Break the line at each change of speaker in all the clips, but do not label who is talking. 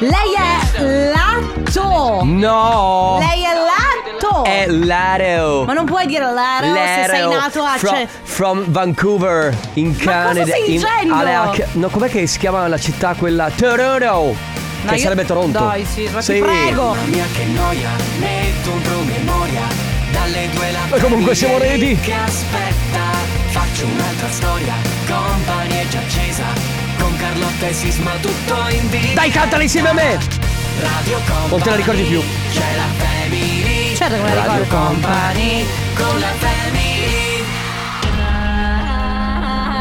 Lei è lato.
No!
Lei è lato.
È l'areo.
Ma non puoi dire l'areo se sei nato a...
from,
cioè-
from Vancouver in Canada
cosa stai
in
dicendo?
Aleak- No, com'è che si chiama la città quella Toronto?
Ma
che
io-
sarebbe Toronto.
Dai, sì, ma ti prego.
Mia che noia, metto un promemoria dalle due la
Ma comunque siamo ready.
che aspetta. Faccio un'altra storia, compagnie già accesa. Con Carlotta e Sisma tutto in diretta.
Dai, cantala insieme a me.
Radio Company.
Non te la ricordi più.
C'è la family.
Certo che me la
Radio
ricordo.
Company con la family.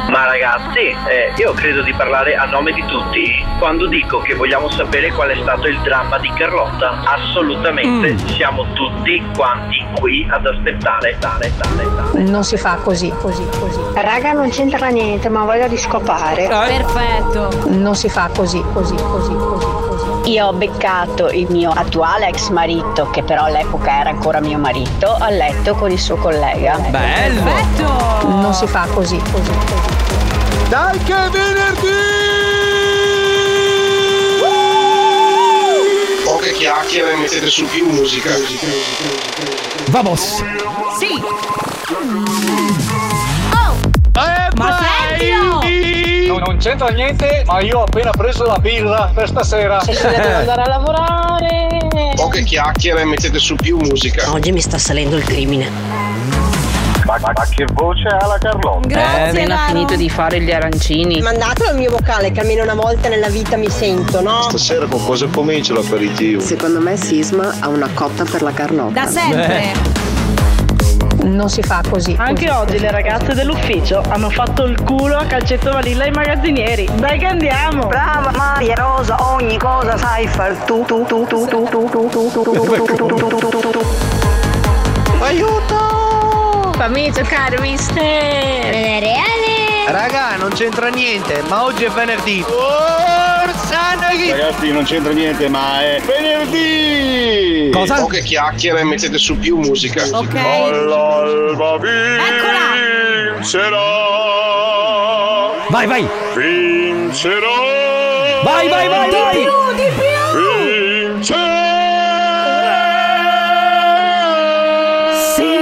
Ma ragazzi, eh, io credo di parlare a nome di tutti quando dico che vogliamo sapere qual è stato il dramma di Carlotta. Assolutamente, siamo tutti quanti qui ad aspettare, tale, tale, tale.
Non si fa così, così, così. Raga, non c'entra niente, ma voglio riscopare.
Eh,
Perfetto.
Non si fa così, così, così, così, così.
Io ho beccato il mio attuale ex marito, che però all'epoca era ancora mio marito, a letto con il suo collega.
bello.
Perfetto.
Non si fa così, così, così.
Dai che è venerdì!
Poche chiacchiere mettete su più musica.
Vamos.
Sì.
Ma
Sergio.
No, non c'entra niente, ma io ho appena preso la birra per stasera.
Poche chiacchiere mettete su più musica.
Oggi mi sta salendo il crimine.
Ma, che voce ha la Carlotta?
Eh,
Grazie. Laro.
fare gli arancini.
Mandatelo il mio vocale che almeno una volta nella vita mi sento, no?
Stasera con cosa comincio l'aperitivo?
Secondo me Sisma ha una cotta per la carnotta.
Da sempre.
Eh.
Non si fa così.
Anche
così,
oggi
così,
le ragazze dell'ufficio hanno fatto il culo a calcetto valilla ai magazzinieri. Dai che andiamo!
Brava Maria Rosa, ogni cosa sai far tu tu tu tu tu tu tu tu tu tu tu tu tu tu tu tu tu
Fammi giocare, mister!
Raga, non c'entra niente, ma oggi è venerdì.
Ragazzi, non c'entra niente, ma è venerdì!
Cosa?
Poche chiacchiere mettete su più musica.
Ok.
All'alba
Eccola.
vincerò!
Vai, vai.
Vincerò!
Vai, vai, vai,
Di
vai.
più, di più.
Vincerò!
Sì.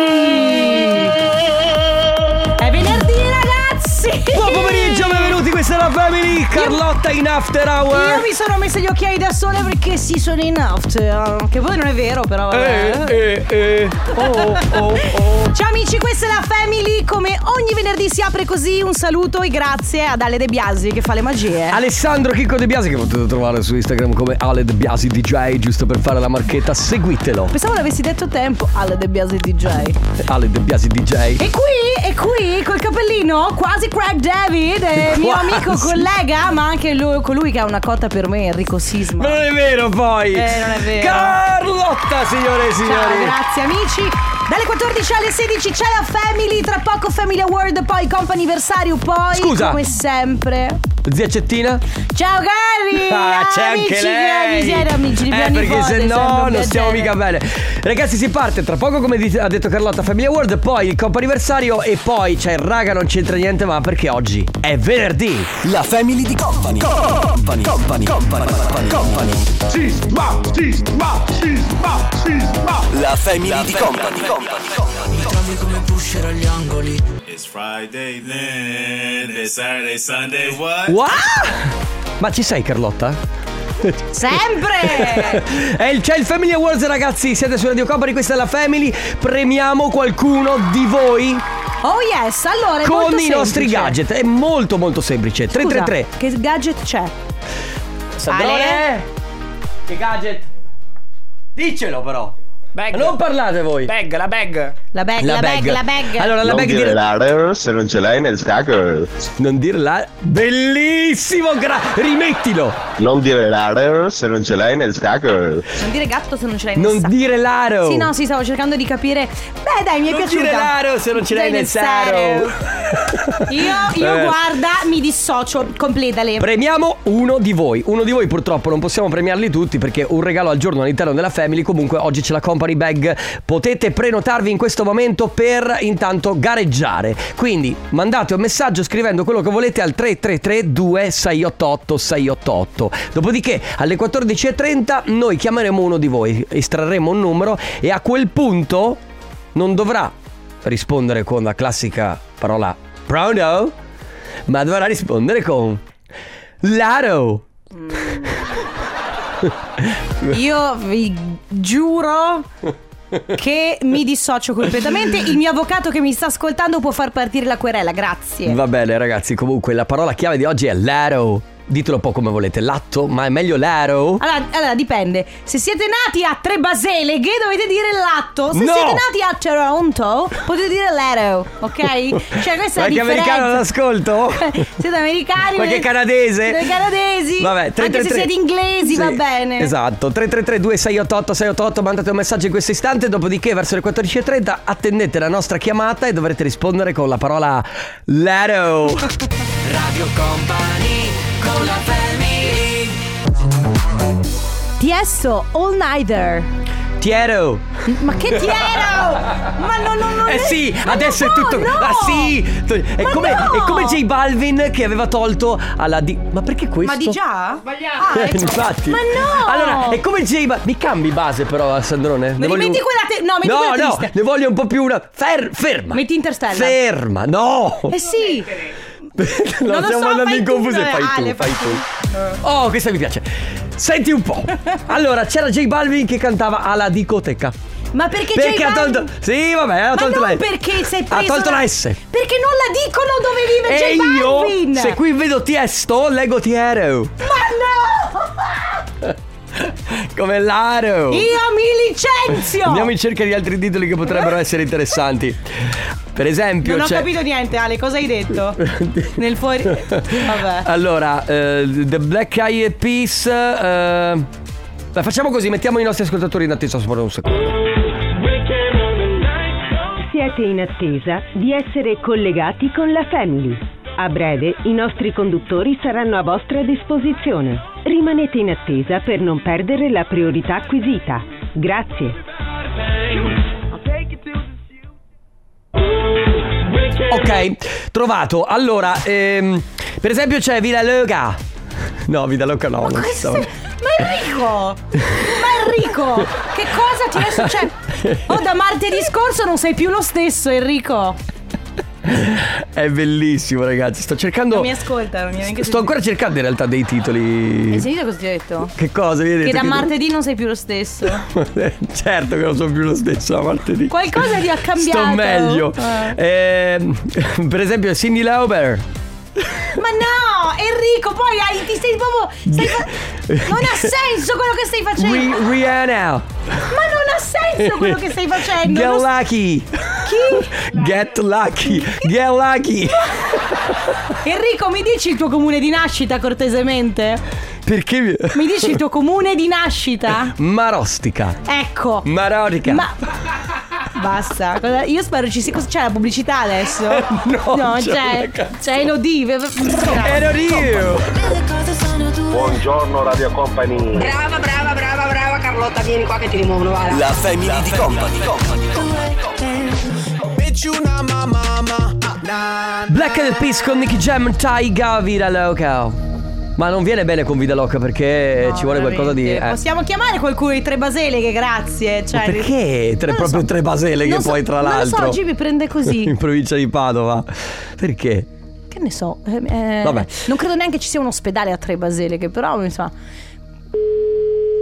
È venerdì, ragazzi.
Buon pomeriggio, benvenuti. Questa è la Family. Carlotta in After
Io
Hour.
mi sono messa gli occhiali da sole perché si sono in out. Che voi non è vero, però vabbè.
eh, eh. Oh, oh, oh.
Ciao amici, questa è la Family. Come ogni venerdì si apre così, un saluto e grazie ad Ale De Biasi che fa le magie.
Alessandro Chicco De Biasi che potete trovare su Instagram come Ale De Biasi DJ giusto per fare la marchetta seguitelo
Pensavo l'avessi detto a tempo, Ale De Biasi DJ.
Ale De Biasi DJ
E qui, e qui, col capellino, quasi Craig David, eh, mio
Quasi.
amico collega, ma anche lui- colui che ha una cotta per me, Enrico Sisma.
ma non è vero poi
Eh, non è vero.
Carlotta signore e
Ciao,
signori
grazie amici. Dalle 14 alle 16 c'è la Family, tra poco Family Award, poi comp'anniversario, poi
Scusa.
come sempre.
zia Cettina
Ciao Gary!
ah, c'è
Eh, Amici
anche
di
lei
Miseria, amici di mia
eh perché
nipote,
se
sempre un
no non
piacere.
stiamo mica bene ragazzi si parte tra poco come dice- ha detto Carlotta Family Award poi il compo anniversario e poi c'è il raga non c'entra niente ma perché oggi è venerdì
La family di Company. Company. Company. Company. Company. La family di Company. Mi trovi come pusher agli angoli.
It's Friday, then it's Saturday, Sunday, what?
wow ma ci sei Carlotta?
Sempre!
È il- c'è il Family Awards ragazzi, siete su Radio Company, questa è la Family, premiamo qualcuno di voi
Oh yes, allora è
con i
molto
nostri
semplice.
gadget, è molto molto semplice,
Scusa,
333.
Che gadget c'è?
Sandrone? Che gadget? Diccelo però. Non parlate voi.
La bag, la, bag. la bag.
Allora la bag dire...
la se non ce l'hai nel stacker.
Non dire la... Bellissimo, gra- rimettilo.
Non dire la se non ce l'hai nel stacker.
non dire gatto se non ce l'hai nel
Non
sacco.
dire l'aro.
Sì, no, sì, stavo cercando di capire. Beh, dai, mi è
Non
piaciuta.
dire l'aro se non ce
Dai,
l'hai nel saro.
Io, io
Eh.
guarda, mi dissocio, completale.
Premiamo uno di voi. Uno di voi purtroppo non possiamo premiarli tutti perché un regalo al giorno all'interno della family. Comunque oggi c'è la company bag. Potete prenotarvi in questo questo momento per intanto gareggiare. Quindi mandate un messaggio scrivendo quello che volete al 333 2688 688. Dopodiché alle 14.30 noi chiameremo uno di voi, estrarremo un numero e a quel punto non dovrà rispondere con la classica parola pronto, ma dovrà rispondere con Laro.
Io vi giuro che mi dissocio completamente. Il mio avvocato che mi sta ascoltando può far partire la querela, grazie.
Va bene ragazzi, comunque la parola chiave di oggi è Laro. Ditelo un po' come volete, l'atto, ma è meglio Laro.
Allora, allora, dipende. Se siete nati a tre baseleghe dovete dire l'atto. Se
No!
siete nati a Toronto potete dire l'ero, ok? Cioè questa è la
Qualche
differenza.
americano all'ascolto?
Siete americani?
Oh. Qualche
volete-
canadese?
Siete canadesi?
Vabbè, 333.
Anche se siete inglesi va
Sì,
bene.
Esatto, 333 2688 688 mandate un messaggio in questo istante, dopodiché verso le 14.30 attendete la nostra chiamata e dovrete rispondere con la parola Laro.
Radio Company con la family
Tiesto All Neither.
Tiero.
Ma che tiero! Ma no, no, no.
Eh sì,
ma
adesso
no,
è tutto.
no!
Ah sì! È
Ma
come,
no!
è come J Balvin che aveva tolto alla di. Ma perché questo?
Ma di già? Ah, Sbagliato.
Eh, infatti.
Ma no!
Allora, è come J Balvin. Mi cambi base però, eh, Sandrone.
Me
Ne
ne
voglio
metti
un-
quella te- no, metti
no,
quella
no,
triste.
ne voglio un po' più una. Fer- ferma.
Metti Interstellar.
Ferma, no!
Eh sì.
no,
non lo
stiamo
so,
andando
fai
in
tu,
confusione.
eh,
Fai tu,
Ale,
fai
fai
tu. Oh, questa mi piace. Senti un po'. Allora, c'era J Balvin che cantava alla dicoteca.
Ma perché,
Perché
J
ha
Balvin-
tolto. Sì, vabbè, ha
Ma
tolto
non
la S.
perché sei
Ha
preso
tolto
da-
la S.
Perché non la dicono dove vive
E
J Balvin
io, se qui vedo Tiesto, leggo Tiero.
Ma no!
Come
Io
l'aro.
mi licenzio!
Andiamo in cerca di altri titoli che potrebbero essere interessanti. Per esempio,
non ho
c'è.
capito niente, Ale, cosa hai detto? Nel fuori. Vabbè.
Allora, eh, The Black Eyed Peas. eh, la facciamo così, mettiamo i nostri ascoltatori in attesa solo un secondo.
Siete in attesa di essere collegati con la Family. A breve i nostri conduttori saranno a vostra disposizione. Rimanete in attesa per non perdere la priorità acquisita. Grazie.
Ok, trovato. Allora, ehm, per esempio c'è Villa Loca. No, Villa Loca no. non ci stavo-
Ma Enrico! Ma Enrico! Che cosa ti è successo? Oh, da martedì scorso non sei più lo stesso, Enrico!
È bellissimo, ragazzi. Sto cercando.
Non mi ascolta, non mi ha neanche
Sto ancora cercando in realtà dei
sentito.
titoli.
Hai sentito cosa ti ho detto?
Che cosa? Mi hai
Eh Che
detto
da
che-
martedì non sei più lo stesso.
certo che non sono più lo stesso la martedì.
Qualcosa ti ha cambiato.
Sto meglio.
Eh.
Ehm, per esempio, Cindy Lauper.
Ma no, Enrico, poi hai, ti sei proprio. stai fa- non ha senso quello che stai facendo.
Ri- Rihanna.
Ma non ha senso quello che stai facendo.
Get
eh, Non-
lucky. Get lucky. Get lucky.
Enrico, mi dici il tuo comune di nascita cortesemente?
Perché mi.
Mi dici il tuo comune di nascita?
Marostica.
Ecco.
Marorica.
Ma. Basta. Cosa- Io spero ci sia. cosa- C'è la pubblicità adesso?
Eh,
cioè,
no,
c'è.
c'è
cioè,
la canzone. Eh,
C'è Elodie. ve- ve-
Ero io.
Buongiorno Radio Company.
Brava, brava, brava, brava Carlotta, vieni qua che ti rimuovono, guarda.
La family di Company
Black and Peace con Nicky Jam, Taiga, Vida Loca. Ma non viene bene con Vida Loca perché
No,
ci vuole qualcosa di.
veramente.
eh.
Possiamo chiamare qualcuno di tre baseleghe, grazie. Cioè,
Perché? Tre,
Non lo
proprio
so.
tre baseleghe
Non
che
so-
poi, tra
non lo so,
l'altro.
oggi mi prende così.
In provincia di Padova. Perché?
Che ne so. eh, eh,
Vabbè.
Non credo neanche ci sia un ospedale a tre baseleghe, però insomma.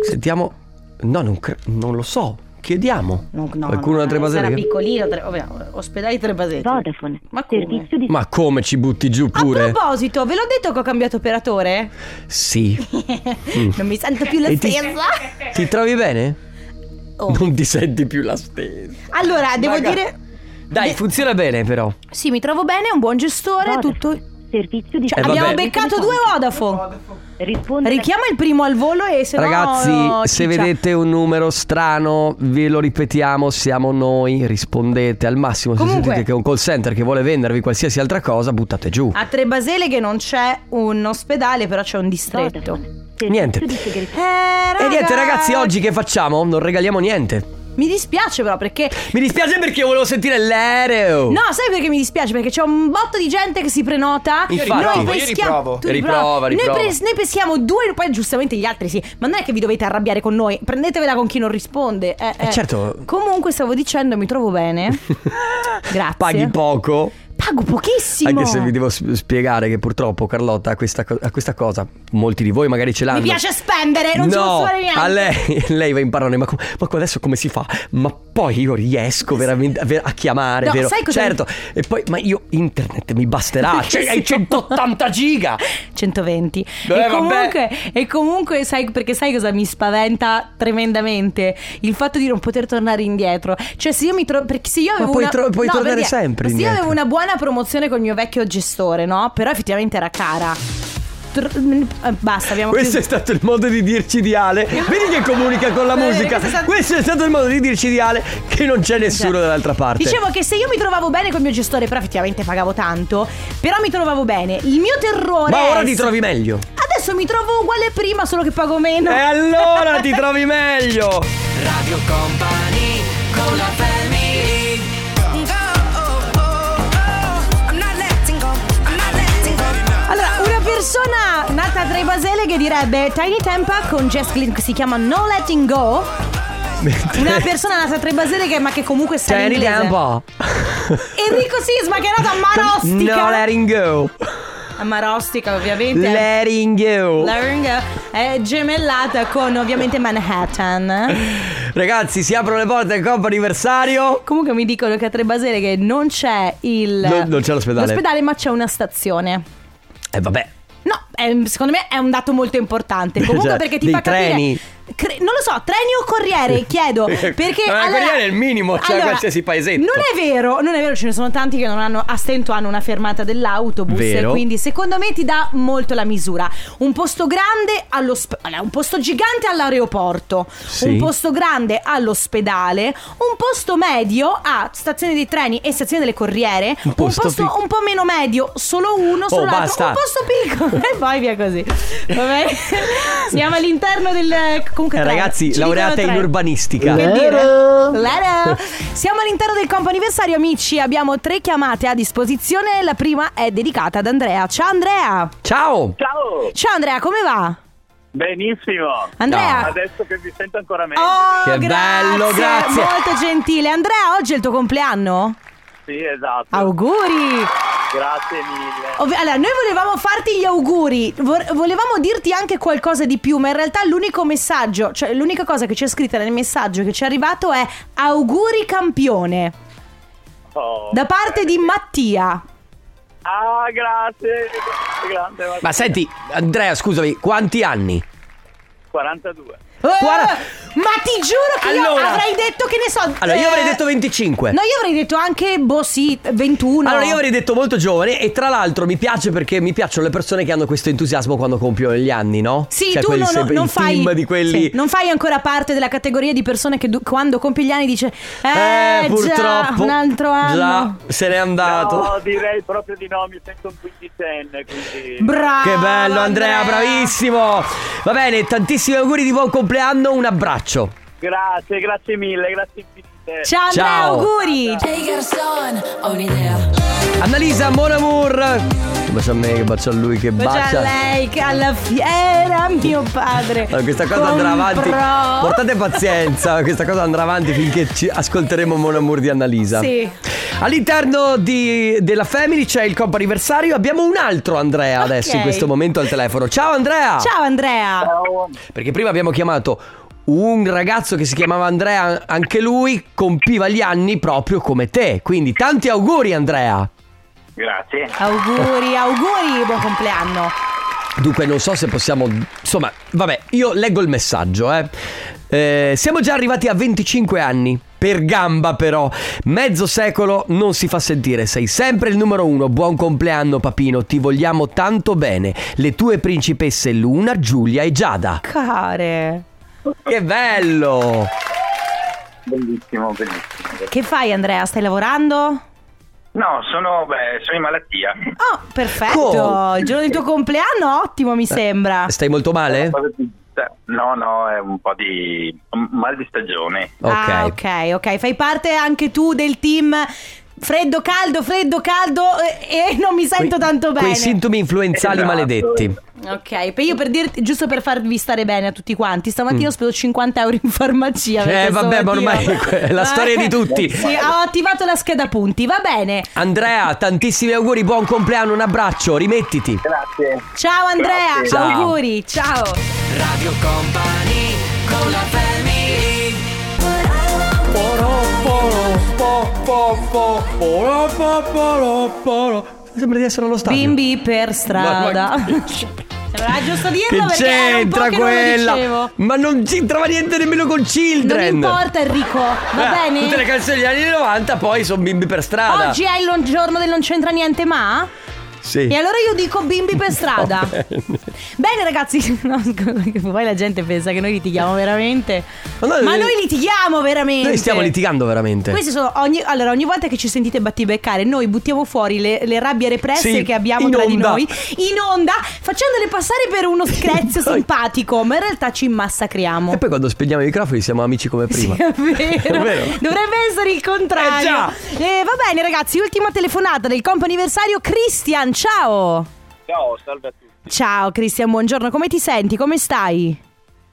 Sentiamo. No, non, cre- non lo so. Chiediamo.
No, no,
Qualcuno
no,
da tre
no, Era
baseleghe?
piccolino, tre, vabbè, ospedali tre baseleghe. Vodafone. Ma come?
Ma come ci butti giù
A
pure?
proposito, ve l'ho detto che ho cambiato operatore?
Sì.
non mi sento più la
Mm. E ti-
stessa.
Ti trovi bene?
Oh.
Non ti senti più la stessa.
Allora, devo
Raga.
dire.
Dai, funziona bene però.
Sì, mi trovo bene, è un buon gestore, tutto. Servizio di
Eh,
abbiamo
vabbè.
beccato due Vodafone. Richiama il primo al volo e se
Ragazzi,
no, no,
se
ciccia.
vedete un numero strano, ve lo ripetiamo, siamo noi, rispondete. Al massimo, se
Comunque-
sentite che è un call center che vuole vendervi qualsiasi altra cosa, buttate giù.
A Tre Baseleghe non c'è un ospedale, però c'è un distretto.
Niente.
Eh, raga.
E niente, ragazzi, oggi che facciamo? Non regaliamo niente.
Mi dispiace però perché
Mi dispiace perché volevo sentire l'aereo.
No, sai perché mi dispiace? Perché c'è un botto di gente che si prenota.
Infatti. Io riprovo, io riprovo.
Tu
Riprova,
Noi
riprova.
noi peschiamo due, poi giustamente gli altri sì. Ma non è che vi dovete arrabbiare con noi. Prendetevela con chi non risponde. Eh, eh.
certo.
Comunque, stavo dicendo, mi trovo bene. Grazie.
Ah, Paghi poco.
Pago pochissimo.
Anche se vi devo sp- spiegare che purtroppo Carlotta ha questa, co- ha questa cosa, molti di voi magari ce l'hanno.
Mi piace spendere, non ci posso
no,
fare niente.
a lei, lei va in parole, ma, com- ma co- adesso come si fa? Ma poi io riesco veramente a, ver- a chiamare,
No,
vero?
sai cosa-
certo, e poi, ma io internet mi basterà, cioè hai 180 giga.
120.
Beh,
e,
vabbè.
comunque, e comunque, sai, perché sai cosa mi spaventa tremendamente? Il fatto di non poter tornare indietro. Cioè, se io mi trovo. Perché se io avevo.
puoi
una-
tro- puoi tornare
per dire,
sempre
Se io
indietro.
avevo una buona promozione col mio vecchio gestore, no? Però effettivamente era cara. Tr- mm, eh, basta, abbiamo
Questo è stato il modo di dirci di Ale. Vedi che comunica con la
Vedi,
musica.
questo è stato-
Questo è stato il modo di dirci di Ale che non c'è nessuno
Cioè,
dall'altra parte.
Dicevo che se io mi trovavo bene col mio gestore, però effettivamente pagavo tanto, però mi trovavo bene. Il mio terrore.
ma ora
è
ti
se-
trovi meglio.
Adesso mi trovo uguale a prima, solo che pago meno.
E allora ti trovi meglio.
Radio Company con la family
Allora, una persona nata tra i baseleghe direbbe Tiny Tempa con Jess Glynn che si chiama No Letting Go.
Cioè,
Una persona nata tra i baseleghe ma che comunque sa
Tieni
l'inglese.
tempo.
Enrico Sisma che è nato a Marostica.
No letting go.
a Marostica ovviamente.
Letting go.
Letting go. È gemellata con ovviamente Manhattan.
Ragazzi, si aprono le porte al compo anniversario.
Comunque mi dicono che a Tre Baseleghe non c'è il...
Non- non c'è l'ospedale.
L'ospedale ma c'è una stazione.
E vabbè.
No, è- secondo me è un dato molto importante. Comunque
Cioè,
perché ti
dei
fa capire.
treni?
Cre- non lo so, treni o corriere, chiedo. Perché.
Ma il
allora-
corriere è il minimo, cioè,
allora,
qualsiasi paesetto.
Non è vero, non è vero, ce ne sono tanti che non hanno, a stento hanno una fermata dell'autobus.
Vero.
Quindi, secondo me, ti dà molto la misura. Un posto grande allo sp- allora, un posto gigante all'aeroporto,
Sì.
un posto grande all'ospedale, un posto medio a stazione dei treni e stazione delle corriere,
Un posto pic-
un po' meno medio, solo uno, solo l'altro,
basta.
un posto piccolo Oh, e poi via così. Va bene? Siamo all'interno del. Comunque,
Eh,
tre.
ragazzi,
Ci
laureata
dicono
in
tre.
urbanistica. Eh?
Che dire? Lero. Siamo all'interno del compo anniversario, amici. Abbiamo tre chiamate a disposizione. La prima è dedicata ad Andrea. Ciao, Andrea.
Ciao.
Ciao,
Ciao, Andrea, come va?
benissimo.
Andrea.
Adesso che vi sento ancora meglio.
Oh,
Che bello, grazie.
Molto gentile. Andrea, oggi è il tuo compleanno?
Sì, esatto.
Auguri.
Grazie mille.
Ovvi- allora, noi volevamo farti gli auguri, vor- volevamo dirti anche qualcosa di più, ma in realtà l'unico messaggio, cioè l'unica cosa che c'è scritta nel messaggio che ci è arrivato è auguri campione
Oh.
da parte di Mattia.
Ah, grazie. Grande, va-
Ma senti, Andrea, scusami, quanti anni?
42.
Eh,
Guarda-
ma ti giuro che io
Allora-
avrei detto che ne so.
Allora, io avrei
eh,
detto 25.
No, io avrei detto anche, boh, sì, 21.
Allora io avrei detto molto giovane e tra l'altro mi piace perché mi piacciono le persone che hanno questo entusiasmo quando compiono gli anni, no?
Sì,
Cioè,
tu
quel-
non,
sempre
non
il
fai.
team di quelli
sì, non fai ancora parte della categoria di persone che du- quando compie gli anni dice. Eh,
Eh, purtroppo.
Già, un altro anno.
Già, se n'è andato.
No, direi proprio di no, mi sento un quindicenne, quindi...
Bravo.
Che bello Andrea, bravissimo. Va bene, tantissimi auguri di buon compleanno, un abbraccio.
grazie, grazie mille, grazie infinite.
Ciao Andrea,
Ciao.
auguri.
ho un'idea
Annalisa, buon amour. Che bacia a me, che bacia a lui, che
Bacia a
bacia.
Cioè, lei che alla fiera mio padre.
Allora, questa cosa andrà avanti.
Comprò-
Portate pazienza, questa cosa andrà avanti finché ci ascolteremo Mon Amour di Annalisa.
Sì.
All'interno di- della Family c'è il compo anniversario. Abbiamo un altro Andrea adesso in questo momento al telefono. Ciao Andrea!
Ciao Andrea.
Perché prima abbiamo chiamato un ragazzo che si chiamava Andrea, anche lui compiva gli anni proprio come te. Quindi tanti auguri Andrea.
Grazie.
Auguri, auguri, buon compleanno.
Dunque non so se possiamo... Insomma, vabbè, io leggo il messaggio, eh. Eh, siamo già arrivati a 25 anni. Per gamba però, mezzo secolo non si fa sentire, sei sempre il numero uno, buon compleanno papino, ti vogliamo tanto bene, le tue principesse Luna, Giulia e Giada.
Care.
Che bello!
Bellissimo, bellissimo.
Che fai Andrea? Stai lavorando?
No, sono, beh, sono in malattia.
Oh, perfetto.
Come? Eh,
Il giorno del tuo compleanno, ottimo mi sembra.
Stai molto male?
Sono Cioè, no, no, è un po' di un mal di stagione.
Ah, ok, ok. Fai parte anche tu del team freddo, caldo, freddo, caldo eh, e non mi sento
Quei-
tanto bene.
Quei sintomi influenzali
Esatto.
maledetti.
Ok, per io per dirti, giusto per farvi stare bene a tutti quanti, stamattina
Mm.
ho speso 50 euro in farmacia. per
Eh,
questo
vabbè, ma
motivo.
ormai è la storia di tutti.
Sì, ho attivato la scheda punti, va bene.
Andrea, tantissimi auguri, buon compleanno, un abbraccio, rimettiti.
Grazie.
Ciao Andrea,
Grazie. Ciao.
auguri, ciao.
Radio Company con la family
Sembra di essere allo stadio.
Bimbi per strada.
Ma-
Era giusto dirlo
Che
perché era un po'
c'entra
che non lo
quella?
dicevo.
ma non c'entrava niente nemmeno con
Non
Children.
importa Enrico, va
Eh, Tutte le
bene?
canzoni degli anni 90 poi sono bimbi per strada.
Oggi è il non- giorno del non c'entra niente ma?
Sì.
E allora io dico bimbi per strada. Bene ragazzi, no, scusa, che poi la gente pensa che noi litighiamo veramente.
Ma noi-
Ma noi litighiamo veramente.
Noi stiamo litigando veramente.
Questi sono ogni, allora, ogni volta che ci sentite battibeccare, noi buttiamo fuori le, le rabbie represse
Sì,
che abbiamo
in
tra di
onda.
noi in onda, facendole passare per uno screzio simpatico, ma in realtà ci massacriamo.
E poi quando spegniamo i microfoni siamo amici come prima.
Sì, è vero.
È vero.
Dovrebbe essere il
Eh,
contrario.
già.
Eh, va bene, ragazzi, ultima telefonata del compo anniversario. Cristian, ciao.
Ciao, salve a tutti.
Ciao Cristian, buongiorno, come ti senti? Come stai?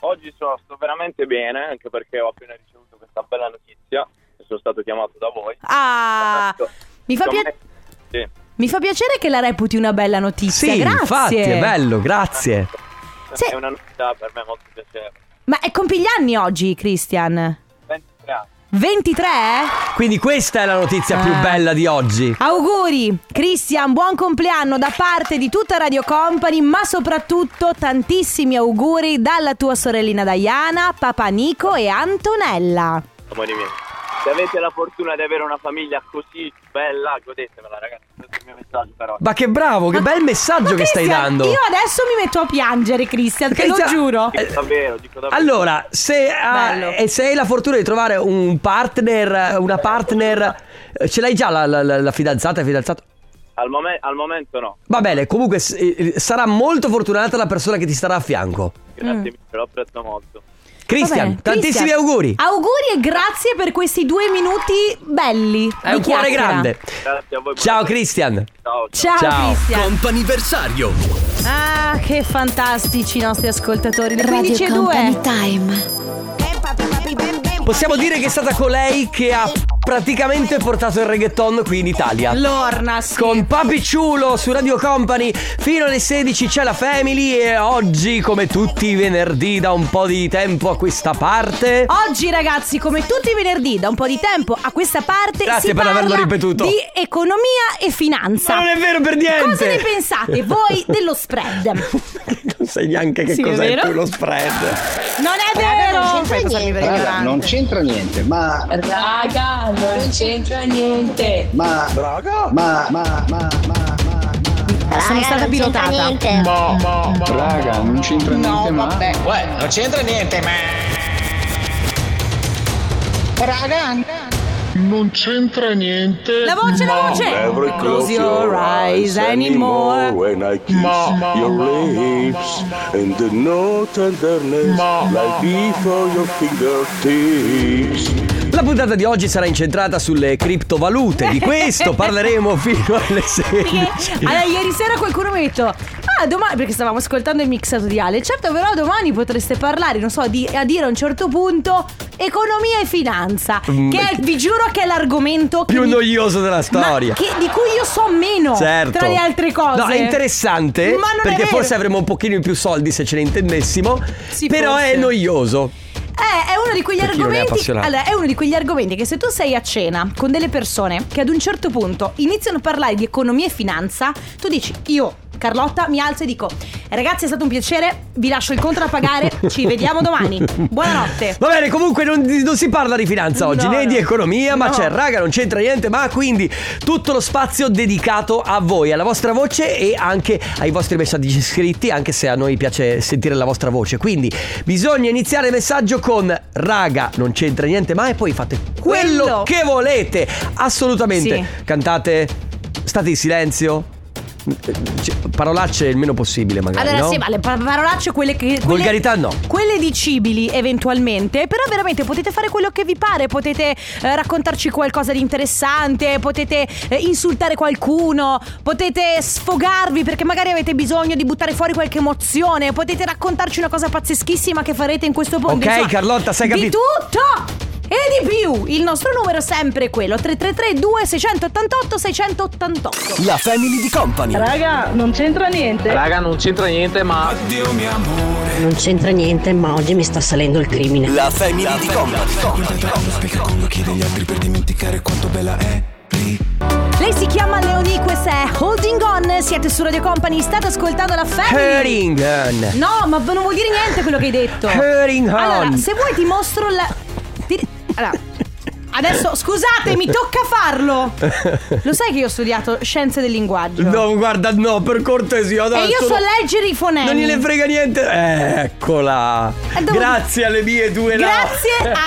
Oggi sono, sto veramente bene, anche perché ho appena ricevuto questa bella notizia e sono stato chiamato da voi.
Ah, mi fa,
Sono
pia-
messo- Sì.
mi fa piacere che la reputi una bella notizia.
Sì,
Grazie.
infatti, è bello, grazie.
Sì.
È una novità per me molto piacevole.
Ma è compi gli anni oggi, Cristian? eh?
23 anni.
23?
Quindi questa è la notizia più
Ah.
bella di oggi.
Auguri, Cristian, buon compleanno da parte di tutta Radio Company, ma soprattutto tantissimi auguri dalla tua sorellina Diana, papà Nico e Antonella.
Amori miei. Se avete la fortuna di avere una famiglia così bella, godetevela ragazzi. Questo è il mio messaggio per oggi.
Ma che bravo, che bel messaggio
Ma
che stai
Cristian,
dando.
Io adesso mi metto a piangere, Cristian, te lo
Cristian-
giuro.
Dico davvero, dico davvero.
Allora, se, ah,
Bello.
e se hai la fortuna di trovare un partner, una partner, eh, ce l'hai già la, la, la- la fidanzata, il fidanzato?
Al, momen- al momento no.
Va bene, comunque s- eh, sarà molto fortunata la persona che ti starà a fianco.
Grazie
Mm.
mille, lo apprezzo molto.
Va
Cristian,
bene,
tantissimi
Cristian,
auguri.
Auguri e grazie per questi due minuti belli.
Hai
di
un cuore
chiacchiera.
grande.
Grazie a voi.
Ciao Cristian.
Ciao, ciao.
Ciao,
Ciao.
Cristian.
Comp'anniversario
Ah, che fantastici i nostri ascoltatori. Le 15 e 2.
Time.
Possiamo dire che è stata colei che ha praticamente portato il reggaeton qui in Italia.
Lorna, sì.
Con Papicciulo su Radio Company fino alle 16 c'è la Family e oggi come tutti i venerdì da un po' di tempo a questa parte
Oggi ragazzi, come tutti i venerdì, da un po' di tempo a questa parte
Grazie
si
per averlo
parla
ripetuto.
di economia e finanza.
Ma non è vero per niente.
Cosa ne pensate voi dello spread?
Non sai neanche che
Sì, è
cos'è
vero.
tu lo spread
Eh, Non è vero! Fai passarmi per ignorante.
c'entra niente, ma.
Raga, non c'entra niente.
Ma. Raga? Ma, ma, ma, ma.
Sono stata pilotata.
Raga, non c'entra niente, ma.
non c'entra niente, ma.
Non c'entra niente.
La voce, la voce! Close your eyes anymore.
When I kiss your lips and the no tenderness like before your fingertips.
La puntata di oggi sarà incentrata sulle criptovalute Di questo parleremo fino alle 16
Perché allora, ieri sera qualcuno mi ha detto Ah domani perché stavamo ascoltando il mixato di Ale Certo però domani potreste parlare Non so di- a dire a un certo punto Economia e finanza
Mm.
Che è- vi giuro che è l'argomento che
Più
mi-
noioso della storia
che- di cui io so meno
Certo.
Tra le altre cose
No, è interessante.
Ma non è
perché
vero.
forse avremmo un pochino in più soldi se ce ne intendessimo.
Sì,
però
forse.
è noioso.
Eh, è uno di quegli
Per chi non è
argomenti.
appassionato.
allora, è uno di quegli argomenti che se tu sei a cena con delle persone che ad un certo punto iniziano a parlare di economia e finanza, tu dici io. Carlotta mi alzo e dico Ragazzi è stato un piacere Vi lascio il conto da pagare Ci vediamo domani Buonanotte
Va bene, comunque non, non si parla di finanza oggi,
No,
né
no.
di economia, ma
No.
c'è, raga, non c'entra niente, ma quindi tutto lo spazio dedicato a voi, alla vostra voce e anche ai vostri messaggi iscritti, anche se a noi piace sentire la vostra voce. Quindi bisogna iniziare il messaggio con raga, non c'entra niente, ma e poi fate quello,
Quello.
che volete. Assolutamente.
Sì.
Cantate, state in silenzio. c- parolacce il meno possibile magari,
Allora,
no?
sì, ma le pa- parolacce, quelle che. quelle-
Volgarità no.
Quelle dicibili eventualmente, però veramente potete fare quello che vi pare, potete eh, raccontarci qualcosa di interessante, potete eh, insultare qualcuno, potete sfogarvi perché magari avete bisogno di buttare fuori qualche emozione, potete raccontarci una cosa pazzeschissima che farete in questo ponte.
Ok,
Insomma,
Carlotta, sei
Di
capito?
tutto! E di più, il nostro numero è sempre quello 333 2688 688.
La family di company.
Raga, non c'entra niente.
Raga, non c'entra niente, ma.
Non c'entra niente, ma oggi mi sta salendo il crimine.
La femmina di Company Spiega come chiede agli altri per dimenticare quanto bella è
Lei si chiama Leonie, questa è Holding On, siete su Radio Company, state ascoltando la Family
Herring.
No, ma non vuol dire niente quello che hai detto
Herring on.
Allora, se vuoi ti mostro la... ti- Allora, adesso scusatemi, tocca farlo Lo sai che io ho studiato scienze del linguaggio
No, guarda, no, per
Cioè.
cortesia.
E
dai,
io
sono-
so leggere i fonemi
Non gliene frega niente. Eccola.
Eh, devo-
Grazie alle mie due
Grazie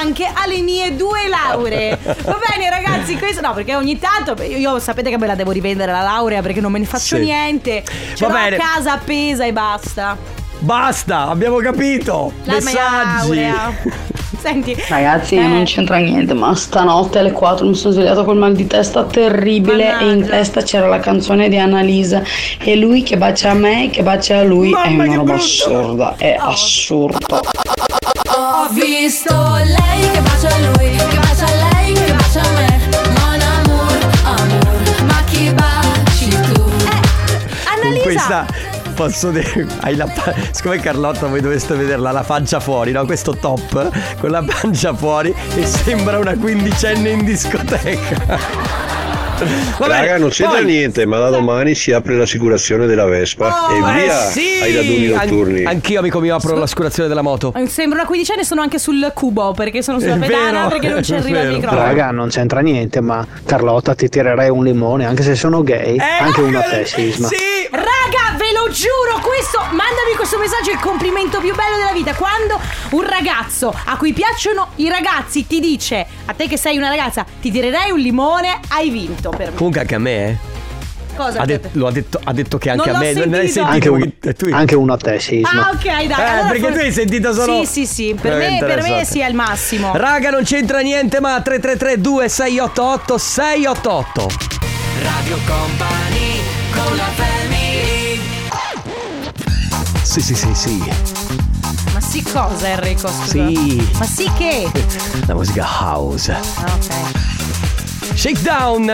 anche alle mie due lauree. Va bene, ragazzi, questo no, perché ogni tanto beh, io sapete che me la devo rivendere la laurea perché non me ne faccio
Sì.
niente. Ce
Va
l'ho
bene.
a casa appesa e basta.
Basta, abbiamo capito.
La mia
Messaggi.
laurea. Senti,
Ragazzi,
Eh.
non c'entra niente, ma stanotte alle 4 mi sono svegliato col mal di testa terribile e in testa c'era la canzone di Annalisa e lui che bacia a me che bacia a lui è una roba assurda, è
Oh.
assurdo.
Ho visto lei che bacia lui Che bacia lei, che bacia me Mon amour, amour Ma chi baci tu?
Con
Annalisa.
questa posso dire. Hai la pa- Siccome Carlotta voi doveste vederla, la faccia fuori, no? Questo top con la pancia fuori e sembra una quindicenne in discoteca.
Raga, non c'entra
poi-
niente, ma da domani si apre l'assicurazione della Vespa
Oh,
e
eh
via
sì!
ai raduni
An-
notturni.
anch'io, amico mio, apro l'assicurazione della moto.
Sembra una quindicenne e sono anche sul cubo perché sono sulla
È
pedana
vero,
perché non ci
è
arriva il
vero.
microfono.
Raga, non c'entra niente, ma Carlotta ti tirerei un limone, anche se sono gay,
Eh.
anche una te, Sisma.
Raga, ve lo giuro, questo mandami questo messaggio, è il complimento più bello della vita. Quando un ragazzo a cui piacciono i ragazzi ti dice "A te che sei una ragazza, ti tirerei un limone", hai vinto per me.
Comunque anche a me, eh.
Cosa?
Ha, det- lo ha, detto, ha detto che anche
Non
a
l'ho
me. Non l'hai
sentito.
sentito?
Anche
un-
che- tu-
Anche una te, Sisma.
Ah, ok, dai.
Eh,
allora
perché
for-
tu hai sentito solo-
Sì, sì, sì, per me,
Eh,
per me
interessante.
sì, è il massimo.
Raga, non c'entra niente, ma 333 2688 688.
Radio Company con la family
Sì, sì, sì, sì.
Ma sì cosa, Enrico? Scusa.
Sì.
Ma sì che?
La musica house.
Ah, ok.
Shakedown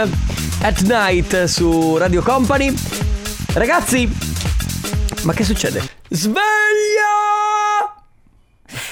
at night su Radio Company. Ragazzi, ma che succede? Sveglia!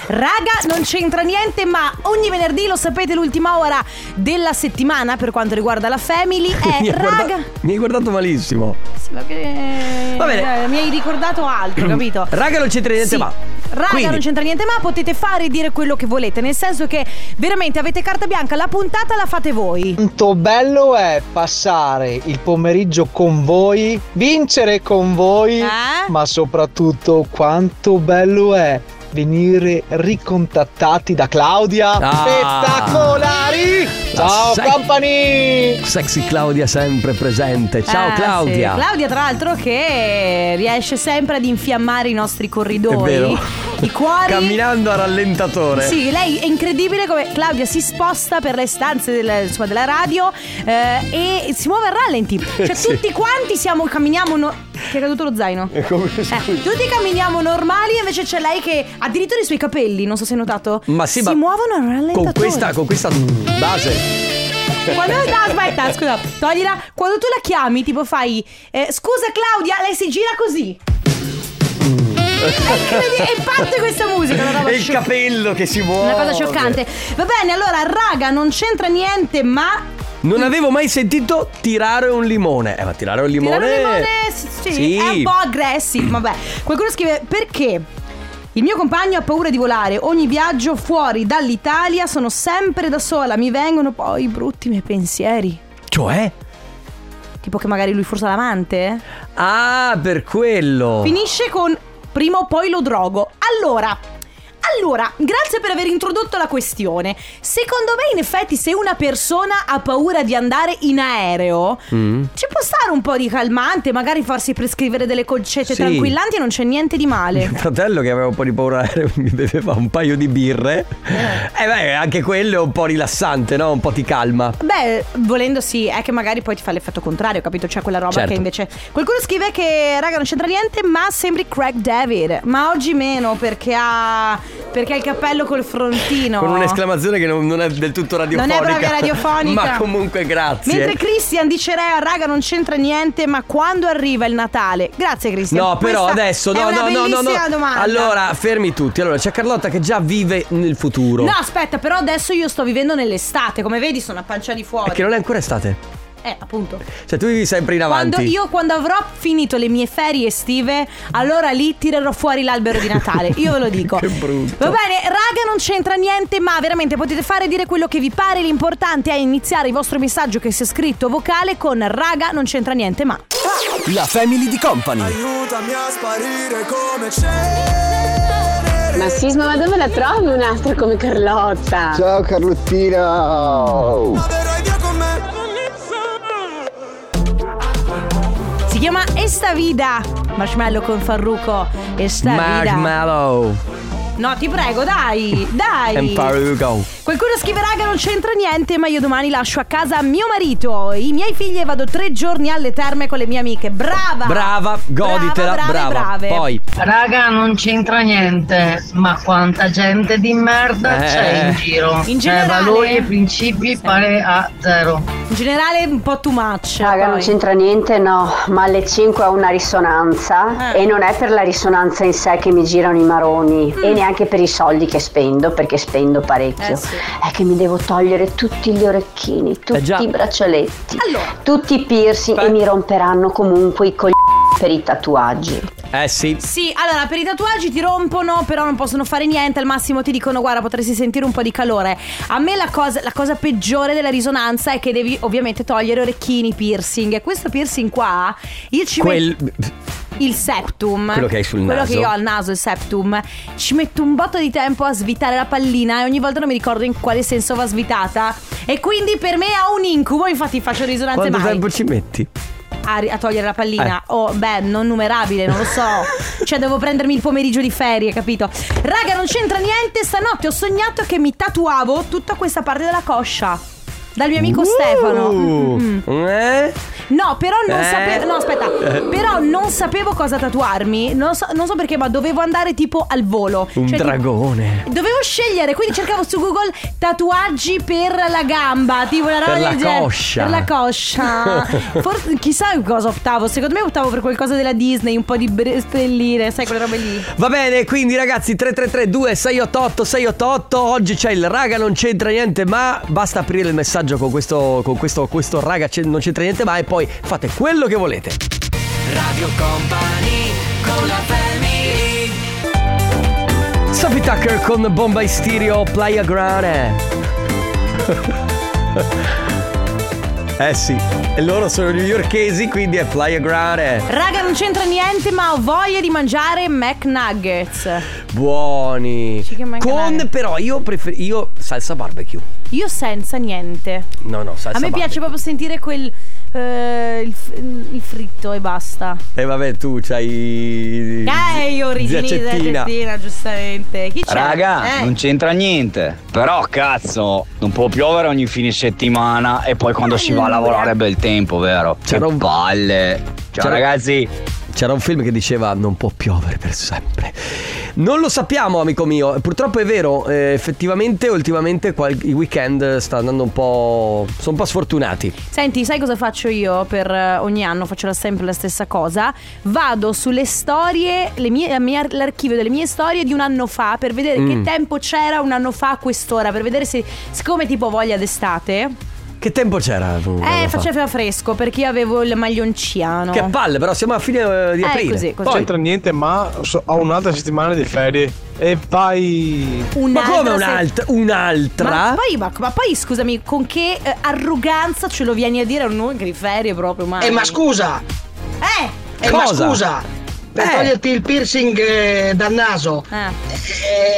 Raga, non c'entra niente, ma ogni venerdì, lo sapete, l'ultima ora della settimana per quanto riguarda la family è
mi, hai guarda-
Eh, raga.
mi hai guardato malissimo.
Sì, ma che-
Va bene. Ehm,
eh, Mi hai ricordato altro, capito?
Raga, non c'entra niente,
Sì.
ma.
Raga,
Quindi-
non c'entra niente, ma potete fare e dire quello che volete, nel senso che veramente avete carta bianca, la puntata la fate voi.
Quanto bello è passare il pomeriggio con voi, vincere con voi,
Eh?
ma soprattutto quanto bello è venire ricontattati da Claudia. Spettacolari!
Ah. La
Ciao
sec-
company!
Sexy Claudia sempre presente. Ciao
Ah,
Claudia.
sì. Claudia, tra l'altro, che riesce sempre ad infiammare i nostri corridoi.
È vero.
I cuori.
Camminando a rallentatore.
Sì, lei è incredibile come Claudia si sposta per le stanze del- insomma, della radio eh, e si muove a rallenti. Cioè,
Sì.
tutti quanti siamo, camminiamo. no- Ti è caduto lo zaino.
E come-
Eh, tutti camminiamo normali, invece c'è lei che addirittura i suoi capelli, non so se hai notato,
Ma sì,
si
ma-
muovono a rallentatore.
Con questa, con questa base.
Quando no, aspetta, scusa, toglila. Quando tu la chiami, tipo fai eh, "Scusa Claudia", lei si gira così. E parte questa musica, una roba
e Mm. il capello che si muove.
Una cosa scioccante. Va bene, allora, raga, non c'entra niente, ma
Non avevo mai sentito tirare un limone. Eh, ma tirare un limone.
Tirare un limone, sì, sì,
Sì.
è un po' aggressive, vabbè. Qualcuno scrive perché il mio compagno ha paura di volare, ogni viaggio fuori dall'Italia sono sempre da sola, mi vengono poi i brutti miei pensieri.
Cioè?
Tipo che magari lui forse ha l'amante? eh?
Ah, per quello.
Finisce con prima o poi lo drogo. Allora, Allora, grazie per aver introdotto la questione. Secondo me, in effetti, se una persona ha paura di andare in aereo,
Mm.
ci può stare un po' di calmante, magari farsi prescrivere delle colcette
Sì.
tranquillanti e non c'è niente di male.
Mio fratello che aveva un po' di paura aereo mi beveva un paio di birre. Eh beh, anche quello è un po' rilassante, no? Un po' ti calma.
Beh, volendo sì, è che magari poi ti fa l'effetto contrario, capito? C'è quella roba
Certo.
che invece. Qualcuno scrive che, raga, non c'entra niente, ma sembri Craig David. Ma oggi meno perché ha. perché ha il cappello col frontino.
Con un'esclamazione che non, non è del tutto radiofonica.
proprio radiofonica.
Ma comunque grazie.
Mentre Christian dice Rea, raga, non c'entra niente, ma quando arriva il Natale? Grazie, Christian.
No, però
Questa
adesso no,
è una
no, no, no, no.
bellissima domanda.
Allora, fermi tutti. Allora, c'è Carlotta che già vive nel futuro.
No, aspetta, però adesso io sto vivendo nell'estate, come vedi sono a pancia di fuori.
Perché non è ancora estate.
Eh, appunto.
Cioè, tu vivi sempre in avanti.
Quando io quando avrò finito le mie ferie estive, allora lì tirerò fuori l'albero di Natale. Io ve lo dico.
Che brutto.
Va bene, raga, non c'entra niente, ma veramente potete fare e dire quello che vi pare. L'importante è iniziare il vostro messaggio che sia scritto vocale con raga, non c'entra niente, ma.
La family di company.
Aiutami a sparire come
Ma Sisma, ma dove la trovi un'altra come Carlotta?
Ciao Carlottina!
Si chiama Esta Vida. Marshmallow con Farruco. Esta Vida.
Marshmallow.
No, ti prego, dai, dai.
And Parugo.
Qualcuno scrive raga non c'entra niente ma io domani lascio a casa mio marito, i miei figli e vado tre giorni alle terme con le mie amiche. Brava!
Brava, goditela,
Ah. brave,
brava.
brave.
Poi.
Raga, non c'entra niente, ma quanta gente di merda
Eh.
c'è in giro.
In
Cioè,
generale-
valori e principi pare a zero.
In generale un po' too much.
Raga,
Certo,
non
poi.
c'entra niente, no, ma alle 5 ho una risonanza
Eh.
e non è per la risonanza in sé che mi girano i maroni e neanche per i soldi che spendo, perché spendo parecchio.
Mm. Eh, sì. Eh
È che mi devo togliere tutti gli orecchini, tutti già. i braccialetti, tutti i piercing e mi romperanno comunque i coglioni per i tatuaggi.
Eh sì.
Sì, allora per i tatuaggi ti rompono, però non possono fare niente, al massimo ti dicono guarda potresti sentire un po' di calore. A me la cosa, la cosa peggiore della risonanza è che devi ovviamente togliere orecchini, piercing. E questo piercing qua, io ci
Quel.
metto il septum.
Quello che hai sul
Quello
naso.
che io ho al naso, il septum. Ci metto un botto di tempo a svitare la pallina e ogni volta non mi ricordo in quale senso va svitata. E quindi per me ha un incubo, infatti faccio risonanze
Quanto
mai
tempo ci metti?
a, ri- a togliere la pallina.
Eh.
Oh, beh, non numerabile, non lo so. cioè, devo prendermi il pomeriggio di ferie, capito? Raga, non c'entra niente. Stanotte ho sognato che mi tatuavo tutta questa parte della coscia. Dal mio amico
Uh.
Stefano. Mm, Mm-mm.
Eh?
No, però non
Eh.
sapevo. No, aspetta.
Eh.
Però non sapevo cosa tatuarmi. Non so, non so perché, ma dovevo andare tipo al volo.
Un
Cioè, tipo,
dragone.
Dovevo scegliere, quindi cercavo su Google tatuaggi per la gamba, tipo una roba
Per la
del genere.
coscia.
Per la coscia. Forse chissà cosa optavo. Secondo me optavo per qualcosa della Disney, un po' di bre- stelline, sai quelle robe lì.
Va bene, quindi ragazzi 3332 688 688 Oggi c'è il raga non c'entra niente ma Basta aprire il messaggio con questo, con questo, questo raga c'è- non c'entra niente ma E poi fate quello che volete
Radio Company con la family
Sophie Tucker con Bombay Stereo Playa Grande Eh sì, e loro sono newyorkesi quindi è Playa Grande
Raga, non c'entra niente, ma ho voglia di mangiare McNuggets.
Buoni
Chicken McNugget.
Con però io preferisco Io salsa barbecue
Io senza niente.
No no salsa
A me piace proprio sentire quel. eh, il, f- il fritto e basta.
E Eh, vabbè tu c'hai
Eh, io origini
Zia
della
Cettina.
Cettina, giustamente. Chi c'è?
Raga,
Eh.
non c'entra niente. Però cazzo, non può piovere ogni fine settimana e poi quando si va a lavorare è bel tempo, vero? C'era che palle. Ciao
c'era-
ragazzi.
C'era un film che diceva non può piovere per sempre. Non lo sappiamo, amico mio. Purtroppo è vero, eh, effettivamente ultimamente qual- i weekend sta andando un po'... sono un po' sfortunati.
Senti, sai cosa faccio io per eh, ogni anno? Faccio la- sempre la stessa cosa. Vado sulle storie, le mie- la mia- l'archivio delle mie storie di un anno fa per vedere
Mm.
che tempo c'era un anno fa a quest'ora, per vedere se siccome tipo voglia d'estate.
Che tempo c'era?
eh, faceva fresco perché io avevo il maglionciano.
Che palle, però siamo a fine eh, di
Eh,
aprile.
così, così.
Poi-
c'entra niente, ma so- ho un'altra settimana di ferie. E vai.
Un'altra
ma come
se-
un'altra? Un'altra?
Ma poi, ma, ma poi scusami, con che eh, arroganza ce lo vieni a dire a un uomo che di ferie proprio, ma.
Eh, ma scusa!
Eh!
Eh, ma
Cosa? Eh.
scusa!
per
Eh.
toglierti il piercing eh, dal naso.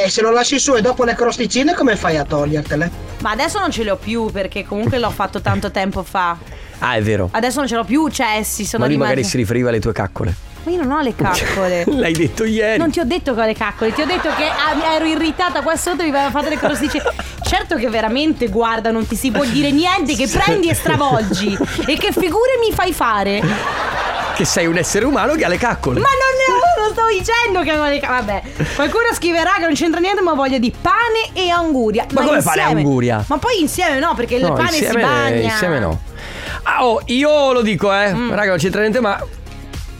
E se lo lasci su e dopo le crosticine, come fai a togliertele?
Ma adesso non ce le ho più perché comunque l'ho fatto tanto tempo fa.
Ah, è vero.
Adesso non ce l'ho più, cioè sì, sono
Ma lui
rimasti-
magari si riferiva alle tue caccole.
Ma io non ho le caccole.
L'hai detto ieri.
Eh. Non ti ho detto che ho le caccole, ti ho detto che ah, ero irritata qua sotto, mi aveva fatto le crosticine. Certo che veramente, guarda, non ti si può dire niente, che prendi e stravolgi. E che figure mi fai fare?
Che sei un essere umano che ha le caccole.
Ma non ne ho, lo stavo dicendo che avevo le ca- Vabbè, qualcuno scriverà che non c'entra niente, ma voglio di pane e anguria.
Ma come pane e
insieme-
anguria?
Ma poi insieme no, perché il
No,
pane si
insieme-
bagna. Mm.
Insieme no. Ah, oh, io lo dico, eh. Raga, non c'entra niente, ma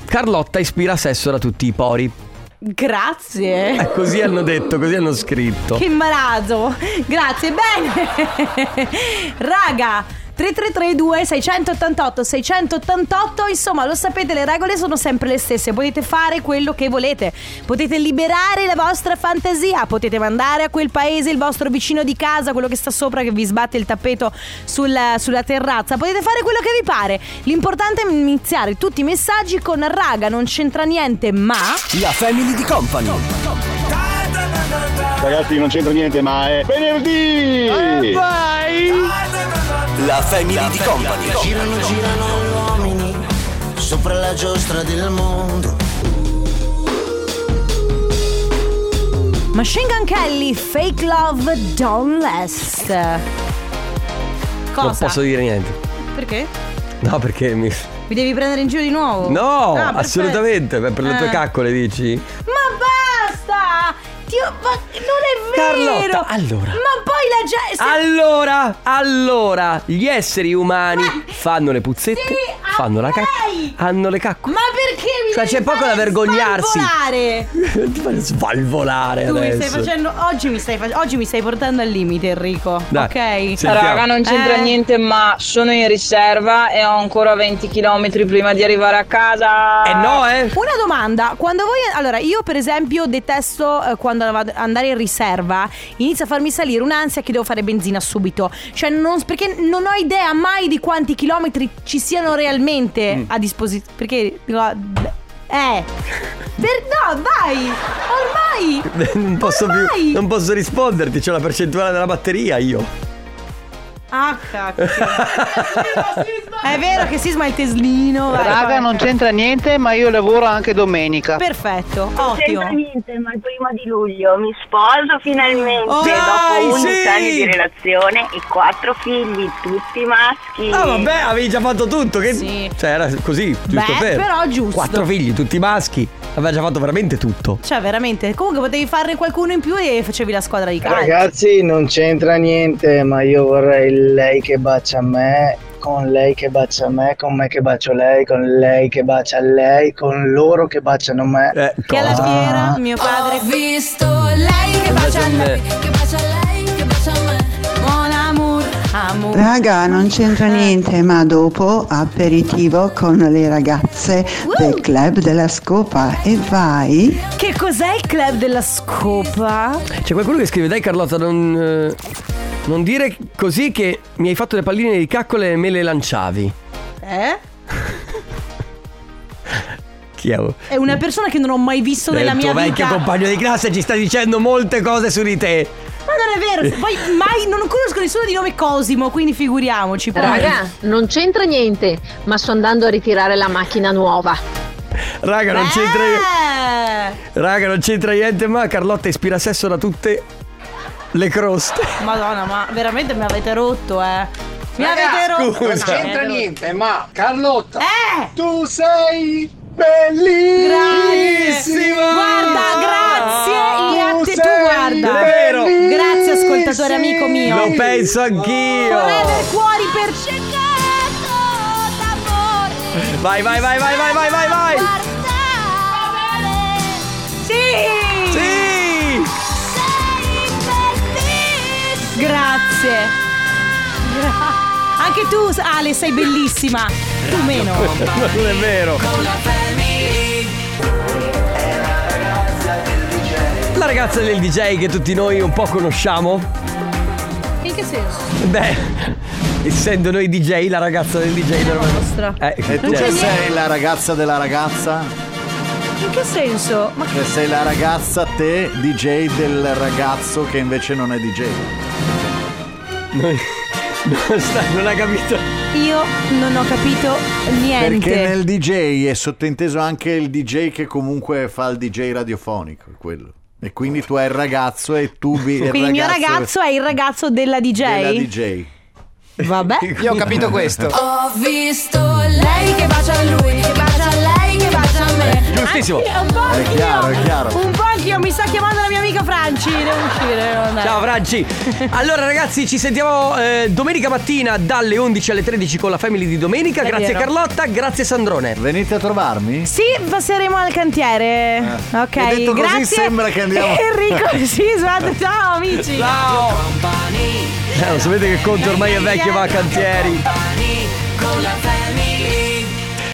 Carlotta ispira sesso da tutti i pori.
Grazie.
Eh, così hanno detto, così hanno scritto.
Che imbarazzo. Grazie, bene. Raga. 3332 688 688 Insomma lo sapete le regole sono sempre le stesse Potete fare quello che volete Potete liberare la vostra fantasia Potete mandare a quel paese il vostro vicino di casa Quello che sta sopra che vi sbatte il tappeto sul- sulla terrazza Potete fare quello che vi pare L'importante è iniziare tutti i messaggi con Raga non c'entra niente ma
La family di company.
Ragazzi, non c'entra niente, ma è venerdì!
vai! La family di company.
Girano, girano gli uomini sopra la giostra del mondo.
Machine Gun Kelly, Fake Love, Don't Last. Cosa?
Non posso dire niente.
Perché?
No, perché mi.
Mi devi prendere in giro di nuovo?
No,
Ah, perfetto.
assolutamente. Per, per le tue
Eh.
caccole, dici?
Ma basta! Ti ho- ma non è vero!
Carlotta, allora.
Ma poi la gente...
Allora, allora, gli esseri umani fanno le puzzette, fanno la cacca, hanno le caccole.
Ma perché mi
Cioè,
devi
c'è poco
fare
da vergognarsi.
svalvolare?
Ti fai svalvolare
Tu mi
adesso.
stai facendo... Oggi mi stai, fac- Oggi mi stai portando al limite, Enrico.
Dai,
ok?
sentiamo. Raga, non c'entra
Eh?
niente, ma sono in riserva e ho ancora 20 km prima di arrivare a casa.
Eh no, eh!
Una domanda, quando voi allora io per esempio detesto eh, quando vado andare in riserva, inizia a farmi salire un'ansia che devo fare benzina subito, cioè non perché non ho idea mai di quanti chilometri ci siano realmente
Mm.
a disposizione, perché no, eh per, no, dai! Ormai!
non posso più, non posso risponderti, c'ho la percentuale della batteria io.
Ah, cacchio. È vero che Sisma è il teslino, vai,
Raga,
vai.
non c'entra niente, ma io lavoro anche domenica.
Perfetto,
Non c'entra
ottimo.
niente, ma il primo di luglio mi sposo finalmente
Oh, dai,
dopo 11
sì!
anni di relazione e quattro figli, tutti maschi.
Ah, vabbè, avevi già fatto tutto. Che... Cioè, era così, giusto
Beh,
per.
però giusto.
Quattro figli, tutti maschi. Aveva già fatto veramente tutto.
Cioè, veramente. Comunque potevi farne qualcuno in più e facevi la squadra di calcio.
Ragazzi, non c'entra niente, ma io vorrei lei che bacia me, con lei che bacia me, con me che bacio lei, con lei che bacia lei, con loro che baciano me.
Eh,
Che alla fiera mio
Ho visto lei che bacia a lui, che bacia a lei, che bacia a me.
Buon amor, amor.
Raga, non c'entra niente, ma dopo aperitivo con le ragazze del club della scopa e vai.
Che cos'è il club della scopa?
C'è qualcuno che scrive: Dai, Carlotta, non. eh, non dire così che mi hai fatto le palline di caccole e me le lanciavi.
Eh?
Chi è?
È una persona che non ho mai visto
Del
nella
Eh, tuo
mia
vecchio
vita.
compagno di classe ci sta dicendo molte cose su di te.
Ma non è vero, poi mai non conosco nessuno di nome Cosimo, quindi figuriamoci. poi.
Raga, non c'entra niente, ma sto andando a ritirare la macchina nuova.
Raga, non c'entra
Eh!
Raga, non c'entra niente, ma Carlotta ispira sesso da tutte le croste.
Madonna, ma veramente mi avete rotto, eh. Mi avete
Raga, Non
rotto. Eh, No, mi
c'entra
avete
niente, ma Carlotta,
tu
sei
Grazie.
bellissima!
Guarda, grazie. Io a te, tu guarda.
È vero.
Grazie, ascoltatore amico mio.
Lo penso anch'io.
Forever cuori per
Vai, vai, vai, vai, vai, vai, vai, vai.
Sì!
Sì!
Grazie. Gra- Anche tu, Ale, sei bellissima. Tu meno.
Non è vero. La ragazza del DJ che tutti noi un po' conosciamo.
In che senso?
Beh, essendo noi DJ, la ragazza del DJ è la nostra. Eh,
E tu
cioè-
sei la ragazza della ragazza?
In che senso? Ma
Che sei la ragazza te, DJ del ragazzo che invece non è DJ.
Non, ha capito.
io non ho capito niente.
Perché nel DJ è sottinteso anche il DJ che comunque fa il DJ radiofonico, quello. E quindi tu hai il ragazzo e tu vi...
Quindi il mio ragazzo è il ragazzo della DJ.
della DJ.
Vabbè.
Io ho capito questo.
Ho visto lei che bacia a lui, che bacia a lei, che bacia a me.
Giustissimo.
Anch'io, un po'
È
anch'io.
chiaro, è chiaro.
Un po' anch'io, mi sta chiamando la mia amica Franci. Devo uscire. devo andare.
Ciao Franci. Allora ragazzi, ci sentiamo eh, domenica mattina dalle 11 alle 13 con la Family di domenica.
È
grazie
vero.
Carlotta, grazie Sandrone.
Venite a trovarmi?
Sì, passeremo al cantiere. Ok,
E Eh. detto così
grazie.
sembra che andiamo-
Enrico, sì, esatto. Ciao amici.
Ciao. Eh, non sapete che Conte ormai è vecchio, va a cantieri.